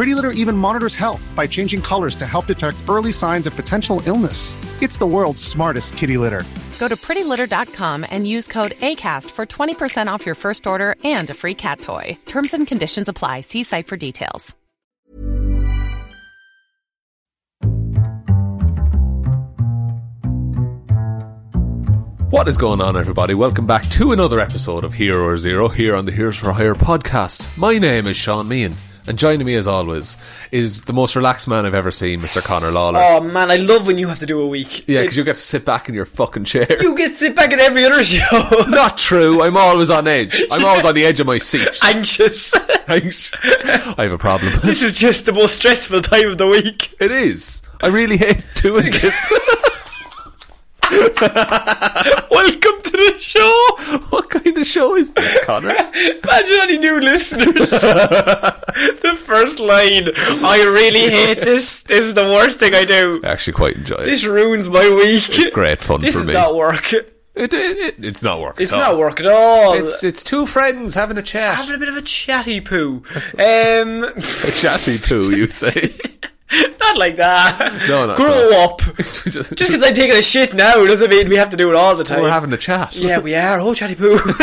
Pretty Litter even monitors health by changing colors to help detect early signs of potential illness. It's the world's smartest kitty litter. Go to prettylitter.com and use code ACAST for 20% off your first order and a free cat toy. Terms and conditions apply. See site for details. What is going on, everybody? Welcome back to another episode of Hero or Zero here on the Heroes for Hire podcast. My name is Sean Meehan, and joining me as always is the most relaxed man I've ever seen, Mr. Connor Lawler. Yeah, 'cause Oh man, I love when you have to do a week. yeah, because you get to sit back in your fucking chair. You get to sit back at every other show. Not true. I'm always on edge. I'm always on the edge of my seat. Anxious. Thanks. I have a problem. this is just the most stressful time of the week. It is. I really hate doing this. Welcome to the show. what kind of show is this, Connor? Imagine any new listeners. the first line. I really hate this. This is the worst thing I do. I actually quite enjoy it. This ruins my week. It's great fun This for is me. not work. It- it- it- it's not work. It's at all. not work at all. It's it's two friends having a chat. Having a bit of a chatty poo. Um, a chatty poo, you say? not like that. No, not at Grow up. It's just, Just because I'm taking a shit now doesn't mean we have to do it all the time. we're having a chat. Yeah, we are. Oh, chatty poo.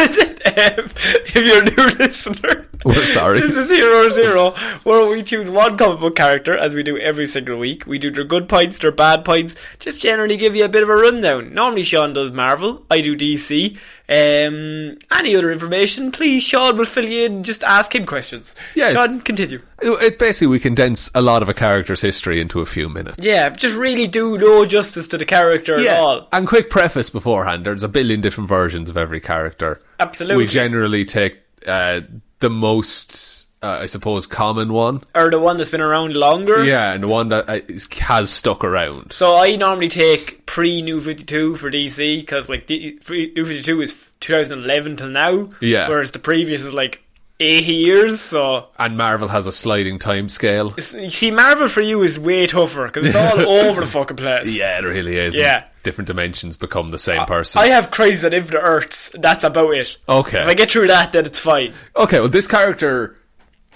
if you're a new listener, We're sorry. This is Hero or Zero, where we choose one comic book character, as we do every single week. We do their good points, their bad points, just generally give you a bit of a rundown. Normally, Sean does Marvel, I do DC. Um, any other information, please, Sean will fill you in. Just ask him questions. Yeah, it's- Sean, continue. It, it basically we condense a lot of a character's history into a few minutes. Yeah, just really do no justice to the character at all. And quick preface beforehand: there's a billion different versions of every character. Absolutely. We generally take uh, the most, uh, I suppose, common one. Or the one that's been around longer. Yeah, and the one that uh, is, has stuck around. So I normally take pre New Fifty Two for DC because like D- pre- New Fifty Two is 2011 till now. Yeah. Whereas the previous is like 80 years. So And Marvel has a sliding time scale. it's, you see, Marvel for you is way tougher because it's all over the fucking place. Yeah, it really is. Yeah. Different dimensions become the same person. I have Crisis on Infinite Earths. That's about it. Okay. If I get through that, then it's fine. Okay, well, this character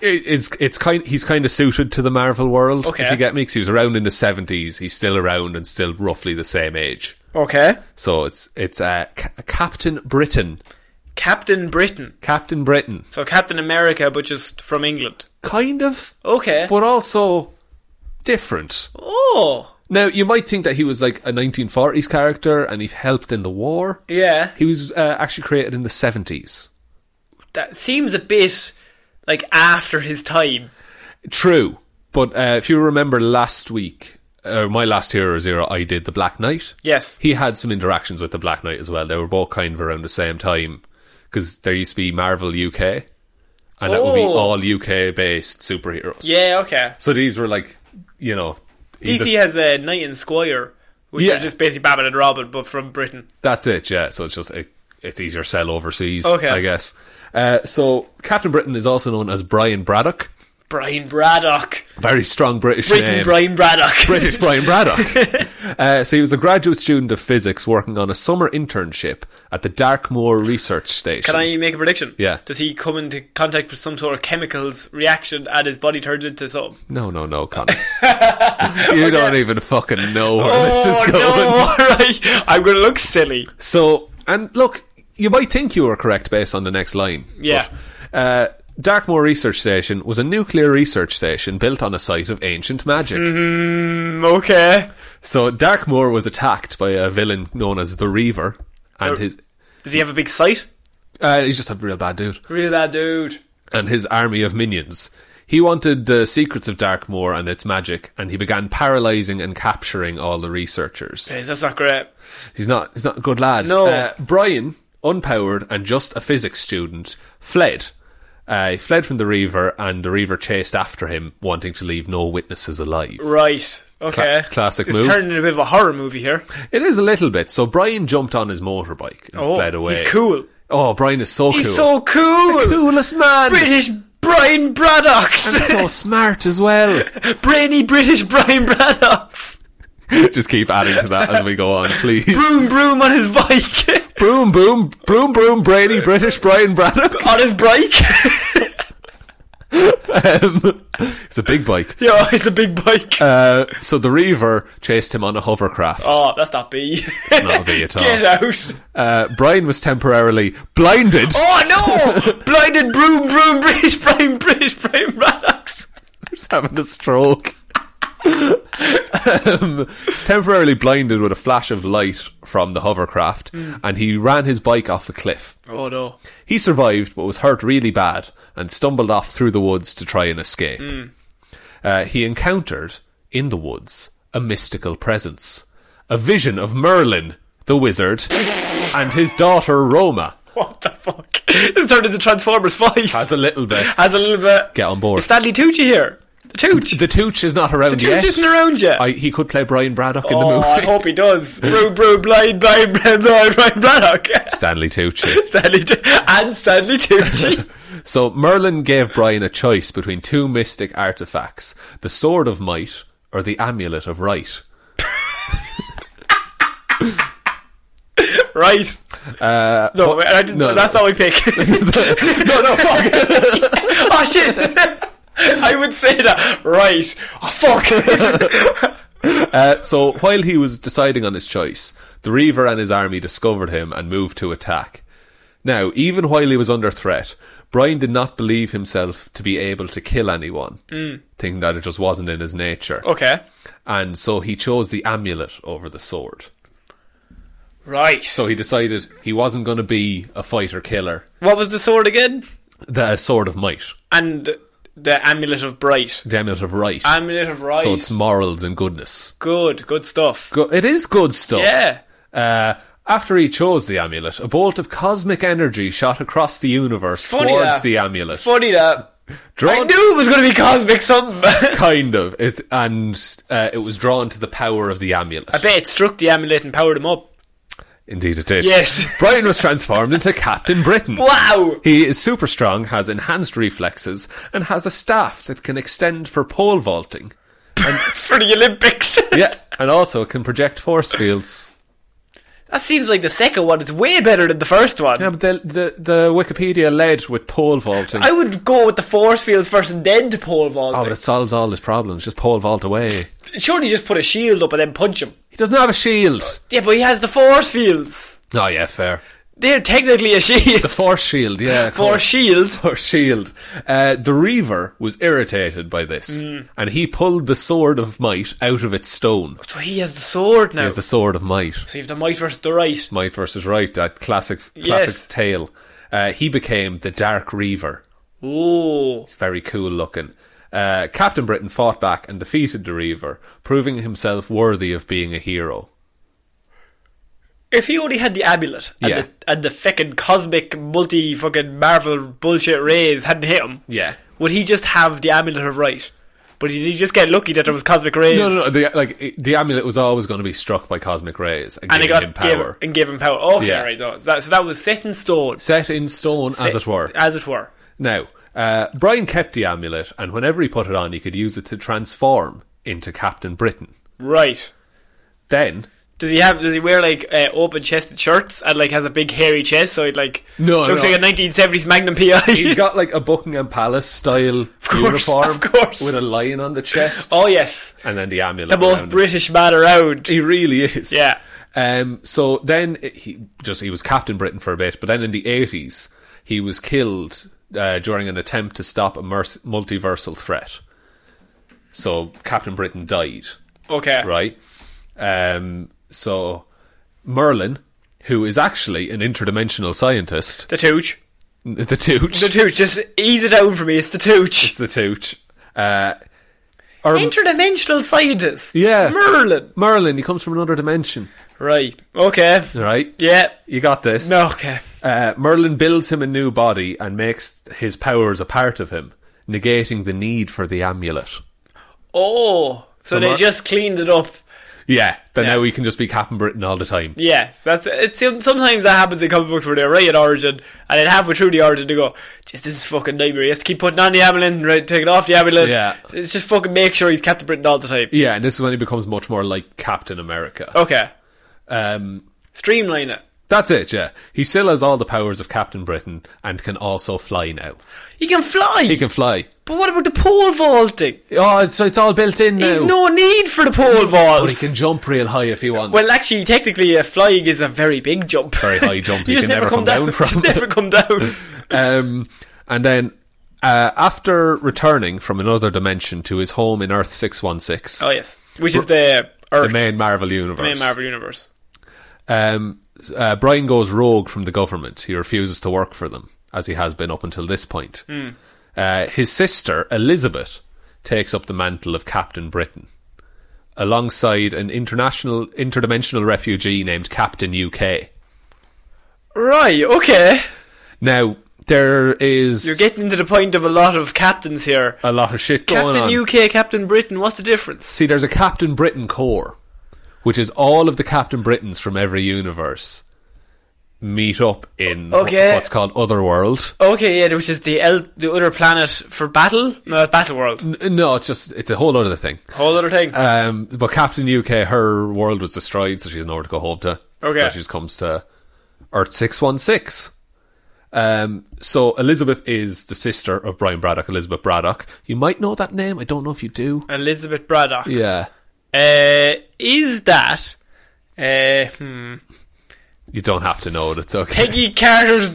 i- is it's kind he's kind of suited to the Marvel world. Okay. if you get me, because he was around in the seventies, he's still around and still roughly the same age. Okay. So it's it's uh, C- Captain Britain, Captain Britain. Captain Britain, So Captain America, but just from England. kind of, Okay. but also different. oh. Now you might think that he was like a nineteen forties character and he helped in the war. Yeah. He was uh, actually created in the seventies. That seems a bit like after his time. True, but uh, if you remember last week, uh, my last Hero Zero, I did the Black Knight. Yes. he had some interactions with the Black Knight as well. They were both kind of around the same time because there used to be Marvel UK, and that would be Oh. all UK based superheroes. Yeah, okay. So these were like, you know, he's DC a- has a Knight and Squire, which Yeah. are just basically Batman and Robin, but from Britain. that's it. Yeah. So it's just it, it's easier to sell overseas. Okay. I guess. Uh, so Captain Britain is also known as Brian Braddock. Brian Braddock. Very strong British Britain name. Brian Braddock. British Brian Braddock. uh, so he was a graduate student of physics working on a summer internship at the Darkmoor Research Station. Can I make a prediction? Yeah. Does he come into contact with some sort of chemicals reaction and his body turns into some? No, no, no, Connor. you don't even fucking know where this oh is going. no! Alright, I'm going to look silly. So, and look, you might think you were correct based on the next line. Yeah. But, uh, Darkmoor Research Station was a nuclear research station built on a site of ancient magic. Mm, okay. So Darkmoor was attacked by a villain known as the Reaver, and Uh, his Does he have a big sight? uh, he's just a real bad dude, Real bad dude. and his army of minions. He wanted the secrets of Darkmoor and its magic, and he began paralyzing and capturing all the researchers. Jeez, that's not great. He's not. He's not a good lad. No. Uh, Brian, unpowered and just a physics student, fled. Uh, he fled from the Reaver, and the Reaver chased after him, wanting to leave no witnesses alive. Right. Okay. classic it's move. turning into a bit of a horror movie here. It is a little bit. So Brian jumped on his motorbike and Oh, fled away. he's cool. Oh, Brian is so He's cool. so cool. He's the coolest man. British Brian Braddocks. so smart as well. Brainy British Brian Braddocks. Just keep adding to that as we go on, please. Broom broom on his bike. Broom, boom, broom, broom, Brady, British Brian Braddock. on his bike. Um, it's a big bike. yeah, it's a big bike. Uh, so the Reaver chased him on a hovercraft. oh, that's not B. Not a bee at all. Get out. Uh, Brian was temporarily blinded. Oh no! Blinded broom broom British Brian British Brian Braddocks. He's having a stroke. um, temporarily blinded with a flash of light from the hovercraft, Hmm. and he ran his bike off a cliff. Oh no. He survived, but was hurt really bad and stumbled off through the woods to try and escape. Hmm. Uh, he encountered, in the woods, a mystical presence, a vision of Merlin, the wizard, and his daughter Roma. What the fuck? This turned into Transformers 5. Has a little bit. Has a little bit. Get on board. Is Stanley Tucci here? The Tooch. The Tooch is not around The Tooch yet. isn't around yet. I, he could play Brian Braddock in the oh, movie. I hope he does. Brew, brew, blind, blind, blind, blind, blind, Braddock. Stanley Tucci. Stanley Tu- and Stanley Tucci. So Merlin gave Brian a choice between two mystic artifacts: the Sword of Might or the Amulet of Right. right. Uh, no, wait, I didn't, no, that's no. not my pick. No, no, fuck. oh, shit. I would say that. Right. Oh, fuck. Uh, so while he was deciding on his choice, the Reaver and his army discovered him and moved to attack. Now, even while he was under threat, Brian did not believe himself to be able to kill anyone, mm. thinking that it just wasn't in his nature. okay. And so he chose the amulet over the sword. Right. So he decided he wasn't going to be a fighter killer. what was the sword again? The sword of might, And the Amulet of Bright. the amulet of right. Amulet of Right. So it's morals and goodness. good. Good stuff. Go- it is good stuff. Yeah. Uh, after he chose the amulet, a bolt of cosmic energy shot across the universe Funny towards that. the amulet. Funny that. I drawn knew it was going to be cosmic something. I kind of, it, and uh, it was drawn to the power of the amulet. bet it struck the amulet and powered him up. Indeed, it did. Yes. Brian was transformed into Captain Britain. Wow. He is super strong, has enhanced reflexes, and has a staff that can extend for pole vaulting. For the Olympics. Yeah, and also can project force fields. That seems like the second one is way better than the first one. Yeah, but the, the, the Wikipedia led with pole vaulting. I would go with the force fields first and then to pole oh, vault. but it solves all his problems. Just pole vault away. Surely just put a shield up and then punch him. He doesn't have a shield. Yeah, but he has the force fields. Oh yeah, fair. They're technically a shield. The force shield, yeah. of force course. shield. Force shield. Uh, the Reaver was irritated by this, and he pulled the sword of might out of its stone. So he has the sword now. There's the sword of might. so you have the might versus the right. Might versus right. That classic, classic Yes. tale. Uh, he became the Dark Reaver. Oh. It's very cool looking. Uh, Captain Britain fought back and defeated the Reaver, proving himself worthy of being a hero. If he only had the amulet and, Yeah. the, and the fucking cosmic multi fucking Marvel bullshit rays hadn't hit him, Yeah. would he just have the amulet of right? But did he just get lucky that there was cosmic rays? No, no, no. The, like i- the amulet was always going to be struck by cosmic rays and, And it giving got him gave- power. and gave him power. Okay, Yeah. right. No, so, that, so that was set in stone, Set in stone, as Set- it were. as it were. Now, Uh, Brian kept the amulet, and whenever he put it on, he could use it to transform into Captain Britain. Right. Then, Does he have? Does he wear like uh, open-chested shirts and like has a big hairy chest? So it like No, looks no. like a 1970s Magnum PI. he's got like a Buckingham Palace style course, uniform of course. with a lion on the chest, oh yes, and then the amulet. the most around it. British man around. He really is. Yeah. Um. So then it- he just he was Captain Britain for a bit, but then in the eighties he was killed uh, during an attempt to stop a mer- multiversal threat. So Captain Britain died, Okay. right? Um. So Merlin, who is actually an interdimensional scientist, The tooch. the Tooch, The tooch. Just ease it down for me. It's the tooch. it's the Tooch. Uh, or- Interdimensional scientist. yeah, Merlin. Merlin, he comes from another dimension, Right. Okay. right? Yeah. You got this. No. Okay. Uh, Merlin builds him a new body and makes his powers a part of him, negating the need for the amulet. Oh, so, So they Mer- just cleaned it up. Yeah, then Yeah. now he can just be Captain Britain all the time. Yes, that's it. Sometimes that happens in comic books where they write an origin, and then halfway through the origin they go, "Just this is fucking nightmare." He has to keep putting on the amulet, and right, taking off the amulet. Yeah. it's just fucking make sure he's Captain Britain all the time. Yeah, and this is when he becomes much more like Captain America. Okay, Um, streamline it. that's it, yeah. He still has all the powers of Captain Britain and can also fly now. He can fly, He can fly. but what about the pole vaulting? Oh, it's- so it's all built in now. He's no need for the pole But vault. he can jump real high if he wants. well, actually, technically, uh, flying is a very big jump. Very high jump you you just can never, come down, from. Just never come down. um, and then uh, after returning from another dimension to his home in Earth six one six, Oh yes, which is the the Earth, main Marvel universe, main Marvel universe. Um, uh, Brian goes rogue from the government. He refuses to work for them as he has been up until this point. Hmm. Uh, his sister Elizabeth takes up the mantle of Captain Britain. Alongside an international interdimensional refugee named Captain UK. Right. Okay. Now there is You're getting to the point of a lot of captains here. a lot of shit going Captain on. UK, Captain Britain, what's the difference? See, there's a Captain Britain Corps, which is all of the Captain Britons from every universe meet up in Okay. what's called Otherworld. Okay, yeah, which is the el- the other planet for battle? No, it's Battle World. N- No, it's just it's a whole other thing. Whole other thing. Um, but Captain UK, her world was destroyed, so she has nowhere to go home to. Okay. so she just comes to Earth six one six. Um, so Elizabeth is the sister of Brian Braddock. Elizabeth Braddock. You might know that name. I don't know if you do. Elizabeth Braddock. Yeah, Uh, is that uh, hmm, you don't have to know it. It's okay. Peggy Carter's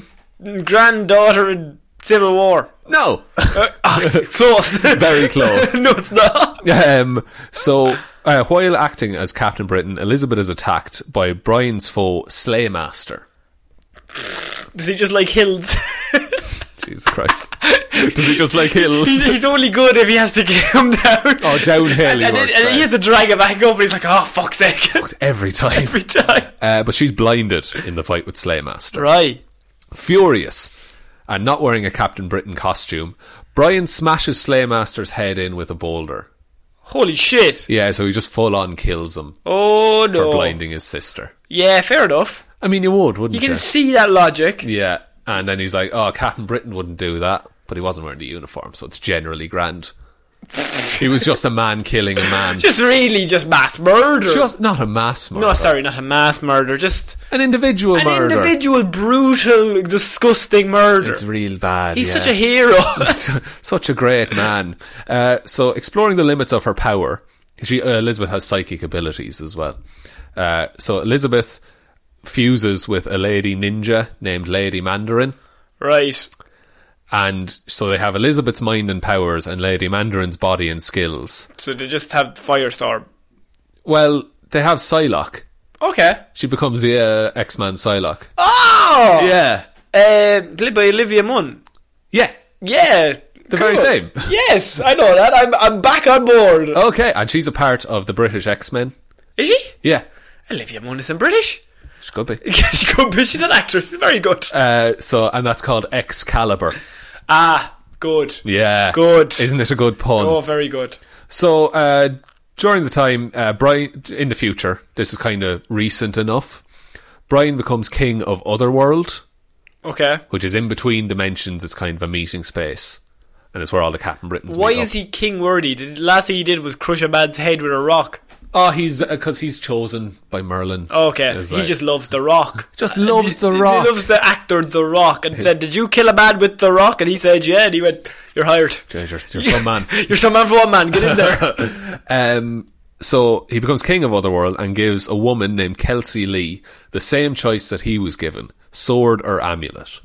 granddaughter in Civil War? No, Oh, it's close. very close. no, it's not. Um, so, uh, while acting as Captain Britain, Elizabeth is attacked by Brian's foe, Slaymaster. Does he just like hills? Jesus Christ. Does he just like hills? He's, he's only good if he has to come down. Oh, downhill And, he and, then, works and then he has best. to drag it back up, and he's like, oh, fuck's sake. Every time. Every time. Uh, but she's blinded in the fight with Slaymaster. Right. Furious and not wearing a Captain Britain costume, Brian smashes Slaymaster's head in with a boulder. Holy shit. Yeah, so he just full on kills him Oh for no. blinding his sister. Yeah, fair enough. I mean, you would, wouldn't You you? can see that logic. Yeah, and then he's like, "Oh, Captain Britain wouldn't do that," but he wasn't wearing the uniform, so it's generally grand. he was just a man killing a man, Just really just mass murder. Just not a mass murder. no, sorry, not a mass murder, just an individual an murder. individual brutal, disgusting murder. It's real bad. He's yeah. such a hero. such a great man. Uh, so, exploring the limits of her power, she uh, Elizabeth has psychic abilities as well. Uh, so, Elizabeth fuses with a lady ninja named Lady Mandarin. right. And so they have Elizabeth's mind and powers and Lady Mandarin's body and skills. So they just have Firestorm. Well, they have Psylocke. Okay. She becomes the uh, X Man Psylocke. Oh! Yeah. Uh, played by Olivia Munn. Yeah. Yeah. The very same. Yes, I know that. I'm, I'm back on board. Okay. And she's a part of the British X Men. Is she? Yeah. Olivia Munn isn't British. She could be. she could be. She's an actress. She's very good. Uh, so, and that's called Excalibur. ah, good. Yeah. Good. Isn't it a good pun? Oh, very good. So, uh, during the time, uh, Brian, in the future, this is kind of recent enough, Brian becomes king of Otherworld, Okay. which is in between dimensions. It's kind of a meeting space. and it's where all the Captain Britons. Why meet is up. he king worthy? The last thing he did was crush a man's head with a rock. Oh, Oh, he's because he's chosen by Merlin. Okay, Is he like- just loves The Rock. Uh, Just loves The He- Rock. He loves the actor The Rock and said, Did you kill a man with The Rock? And he said, Yeah. And he went, You're hired. You're- you're- you're some man. You're some man for one man. Get in there. Um, so he becomes king of Otherworld and gives a woman named Kelsey Lee the same choice that he was given: sword or amulet.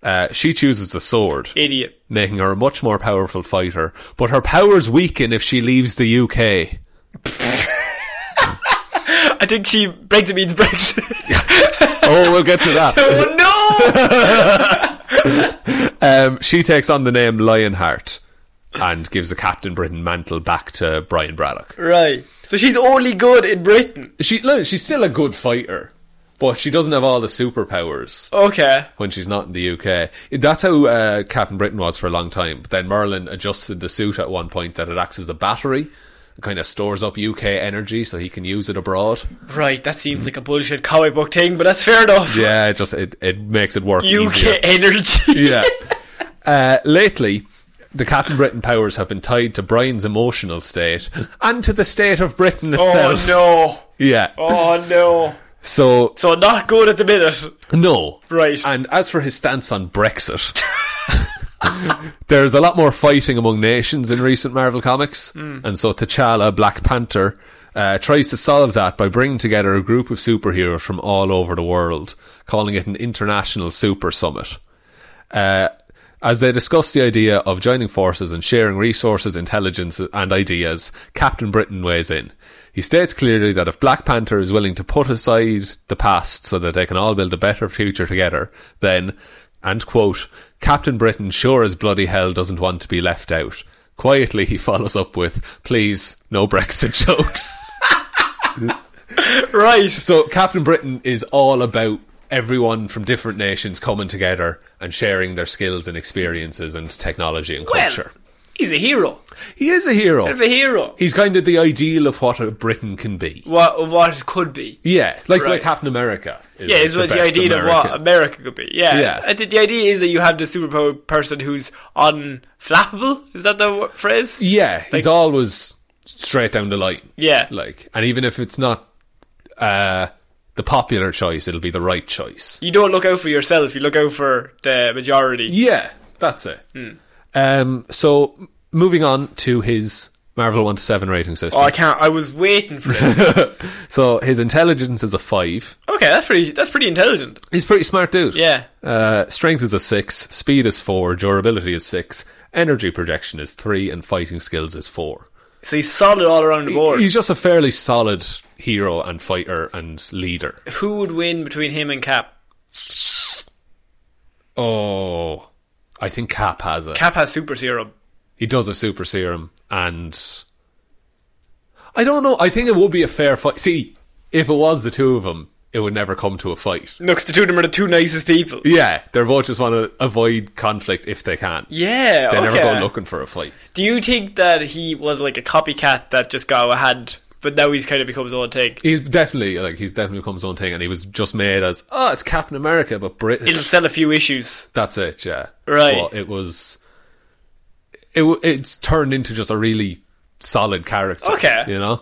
Uh, she chooses the sword, Idiot. making her a much more powerful fighter. But her powers weaken if she leaves the UK. I think she breaks it means breaks. Oh, we'll get to that. oh no! Um, she takes on the name Lionheart and gives the Captain Britain mantle back to Brian Braddock. Right. So she's only good in Britain. She look, she's still a good fighter, but she doesn't have all the superpowers Okay. when she's not in the UK. That's how uh, Captain Britain was for a long time. But then Merlin adjusted the suit at one point that it acts as a battery. It kind of stores up UK energy so he can use it abroad. Right, that seems like a bullshit comic book thing, but that's fair enough. Yeah, it just it, it makes it work. UK easier. energy. yeah. Uh, lately, the Captain Britain powers have been tied to Brian's emotional state and to the state of Britain itself. Oh no. Yeah. Oh no. So So not good at the minute. No. Right. And as for his stance on Brexit, there's a lot more fighting among nations in recent Marvel comics. And so T'Challa, Black Panther, uh, tries to solve that by bringing together a group of superheroes from all over the world, calling it an international super summit. Uh, as they discuss the idea of joining forces and sharing resources, intelligence, and ideas, Captain Britain weighs in. He states clearly that if Black Panther is willing to put aside the past so that they can all build a better future together, then, and quote, Captain Britain sure as bloody hell doesn't want to be left out. Quietly, he follows up with, please, no Brexit jokes. Right. So Captain Britain is all about everyone from different nations coming together and sharing their skills and experiences and technology and Well, culture. he's a hero. he is a hero. Bit of a hero. He's kind of the ideal of what a Britain can be. What of what it could be. Yeah, like Right. like Captain America. Is Yeah, like it's what the best idea of American. what America could be. Yeah. Yeah. I think the idea is that you have the superpower person who's unflappable. Is that the wo- phrase? Yeah, he's always straight down the line. Yeah. like, and even if it's not uh, the popular choice, it'll be the right choice. You don't look out for yourself, you look out for the majority. Yeah, that's it. Hmm. Um, so m- moving on to his Marvel one to seven rating system. Oh, I can't. I was waiting for this. okay, so his intelligence is a five. that's pretty. That's pretty intelligent. He's a pretty smart dude. Yeah. Uh, strength is a six. Speed is four. Durability is six. Energy projection is three, and fighting skills is four. So he's solid all around the board. He's just a fairly solid hero and fighter and leader. Who would win between him and Cap? Oh, I think Cap has it. Cap has super serum. he does a super serum and I don't know. I think it would be a fair fight. See, if it was the two of them, it would never come to a fight. Look, the two of them are the two nicest people. Yeah, they're both just want to avoid conflict if they can. Yeah, they never okay. go looking for a fight. Do you think that he was like a copycat that just got ahead, but now he's kind of become his own thing? He's definitely like he's definitely become his own thing, and he was just made as oh, it's Captain America, but British. It'll sell a few issues. That's it. Yeah, Right. But it was, it w- it's turned into just a really solid character. Okay. you know,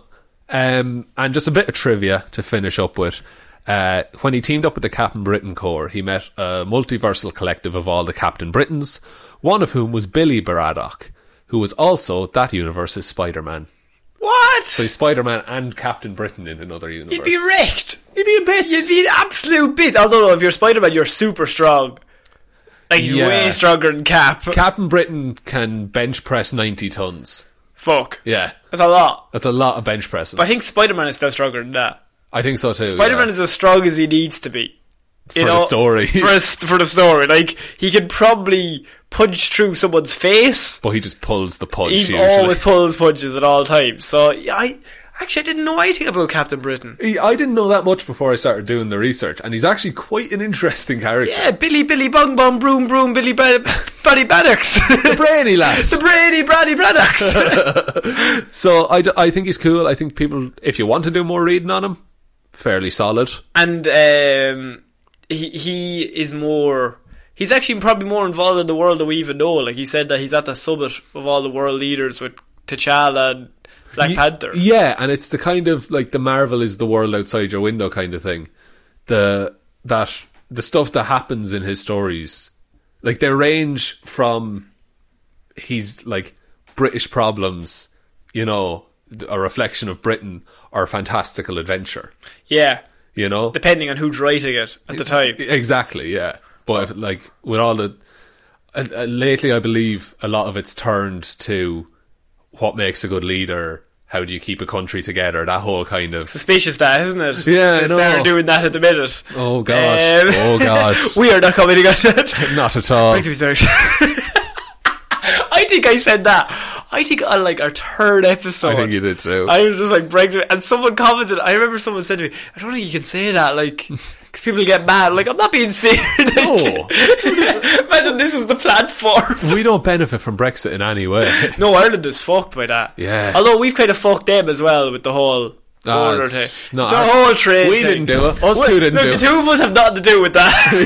um, and just a bit of trivia to finish up with. Uh, when he teamed up with the Captain Britain Corps, he met a multiversal collective of all the Captain Britons, one of whom was Billy Baradock, who was also that universe's Spider-Man. What? So he's Spider-Man and Captain Britain in another universe. You'd be wrecked. He'd be a bit. You'd be an absolute bitch. Although if you're Spider Man, you're super strong. Like he's Yeah. way stronger than Cap. Captain Britain can bench press 90 tons. Fuck. Yeah. That's a lot. That's a lot of bench pressing. But I think Spider Man is still stronger than that. I think so too. Spider Man yeah. is as strong as he needs to be. For the story. for, a, st- for the story. Like, he could probably punch through someone's face. But he just pulls the punch He usually. always pulls punches at all times. So, yeah, I actually I didn't know anything about Captain Britain. He- I didn't know that much before I started doing the research, and he's actually quite an interesting character. Yeah, Billy, Billy, Bong Bong, Broom, Broom, Billy, Bra- Buddy Baddocks. The brainy lad. the Brady, Brady Braddocks. so I, d- I think he's cool. I think people, if you want to do more reading on him, fairly solid. and um, he, he is more. he's actually probably more involved in the world than we even know. Like you said that he's at the summit of all the world leaders with T'Challa and Black Ye- Panther. Yeah, and it's the kind of like the Marvel is the world outside your window kind of thing. The that the stuff that happens in his stories, like they range from he's like British problems, you know, a reflection of Britain or fantastical adventure, Yeah, you know. depending on who's writing it at the time. Exactly, yeah. But if, like with all the uh, uh, lately, I believe a lot of it's turned to what makes a good leader. How do you keep a country together? That whole kind of Suspicious that, isn't it? Yeah, I They know. started doing that at the minute. Um, Oh, God. Oh, God. we are not commenting on that. not at all. Brings me to the next- I think I said that. I think on like our third episode. I think you did too. I was just like Brexit, and someone commented. I remember someone said to me, "I don't think you can say that, like, because people get mad." Like, I'm not being serious. No. Imagine this is the platform. we don't benefit from Brexit in any way. No, Ireland is fucked by that. Yeah. Although we've kind of fucked them as well with the whole Ah, border it's thing. not it's a our- whole trade. We thing. didn't do it. Us two didn't Look, do the it. two of us have nothing to do with that.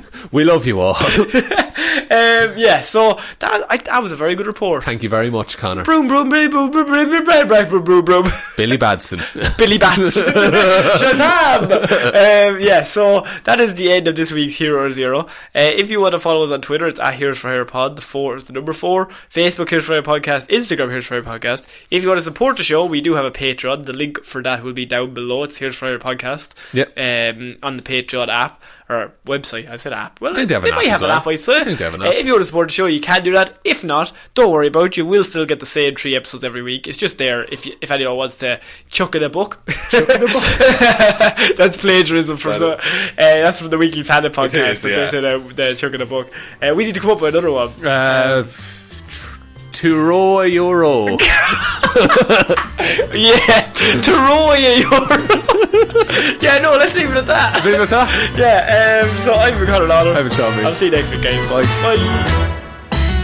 Yeah. We love you all. um, yeah. So that I, that was a very good report. Thank you very much, Connor. Broom, broom, broom, broom, broom, broom, broom, broom, broom, broom, broom, broom. Billy Badson. Billy Bats. Shazam! Um, yeah, so that is the end of this week's Hero or Zero. Uh, if you want to follow us on Twitter, it's at Heroes for Hero Pod. The four is the number four. Facebook Heroes for Hero Podcast. Instagram Heroes for Hero Podcast. If you want to support the show, we do have a Patreon. The link for that will be down below. It's Heroes for Hero Podcast. Yep. Um, on the Patreon app or website. I said app. Well, think they have an app might have as an well. app. I said. I think they have an Uh, app. if you want to support the show, you can do that. If not, don't worry about it. You will still get the same three episodes every week. It's just there if you, if anyone wants to chuck in a book. that's plagiarism from so, uh, that's from the Weekly Planet podcast. is, that yeah. They said uh, they're chucking a book. Uh, we need to come up with another one. Uh, Turoa Euro. Yeah, Taroya, you're. yeah, no, let's leave it at that. Leave it at that. Yeah, um, so I've been Conor Lawler. I've been Sean Mead. I'll see you next week, guys. Bye. Bye.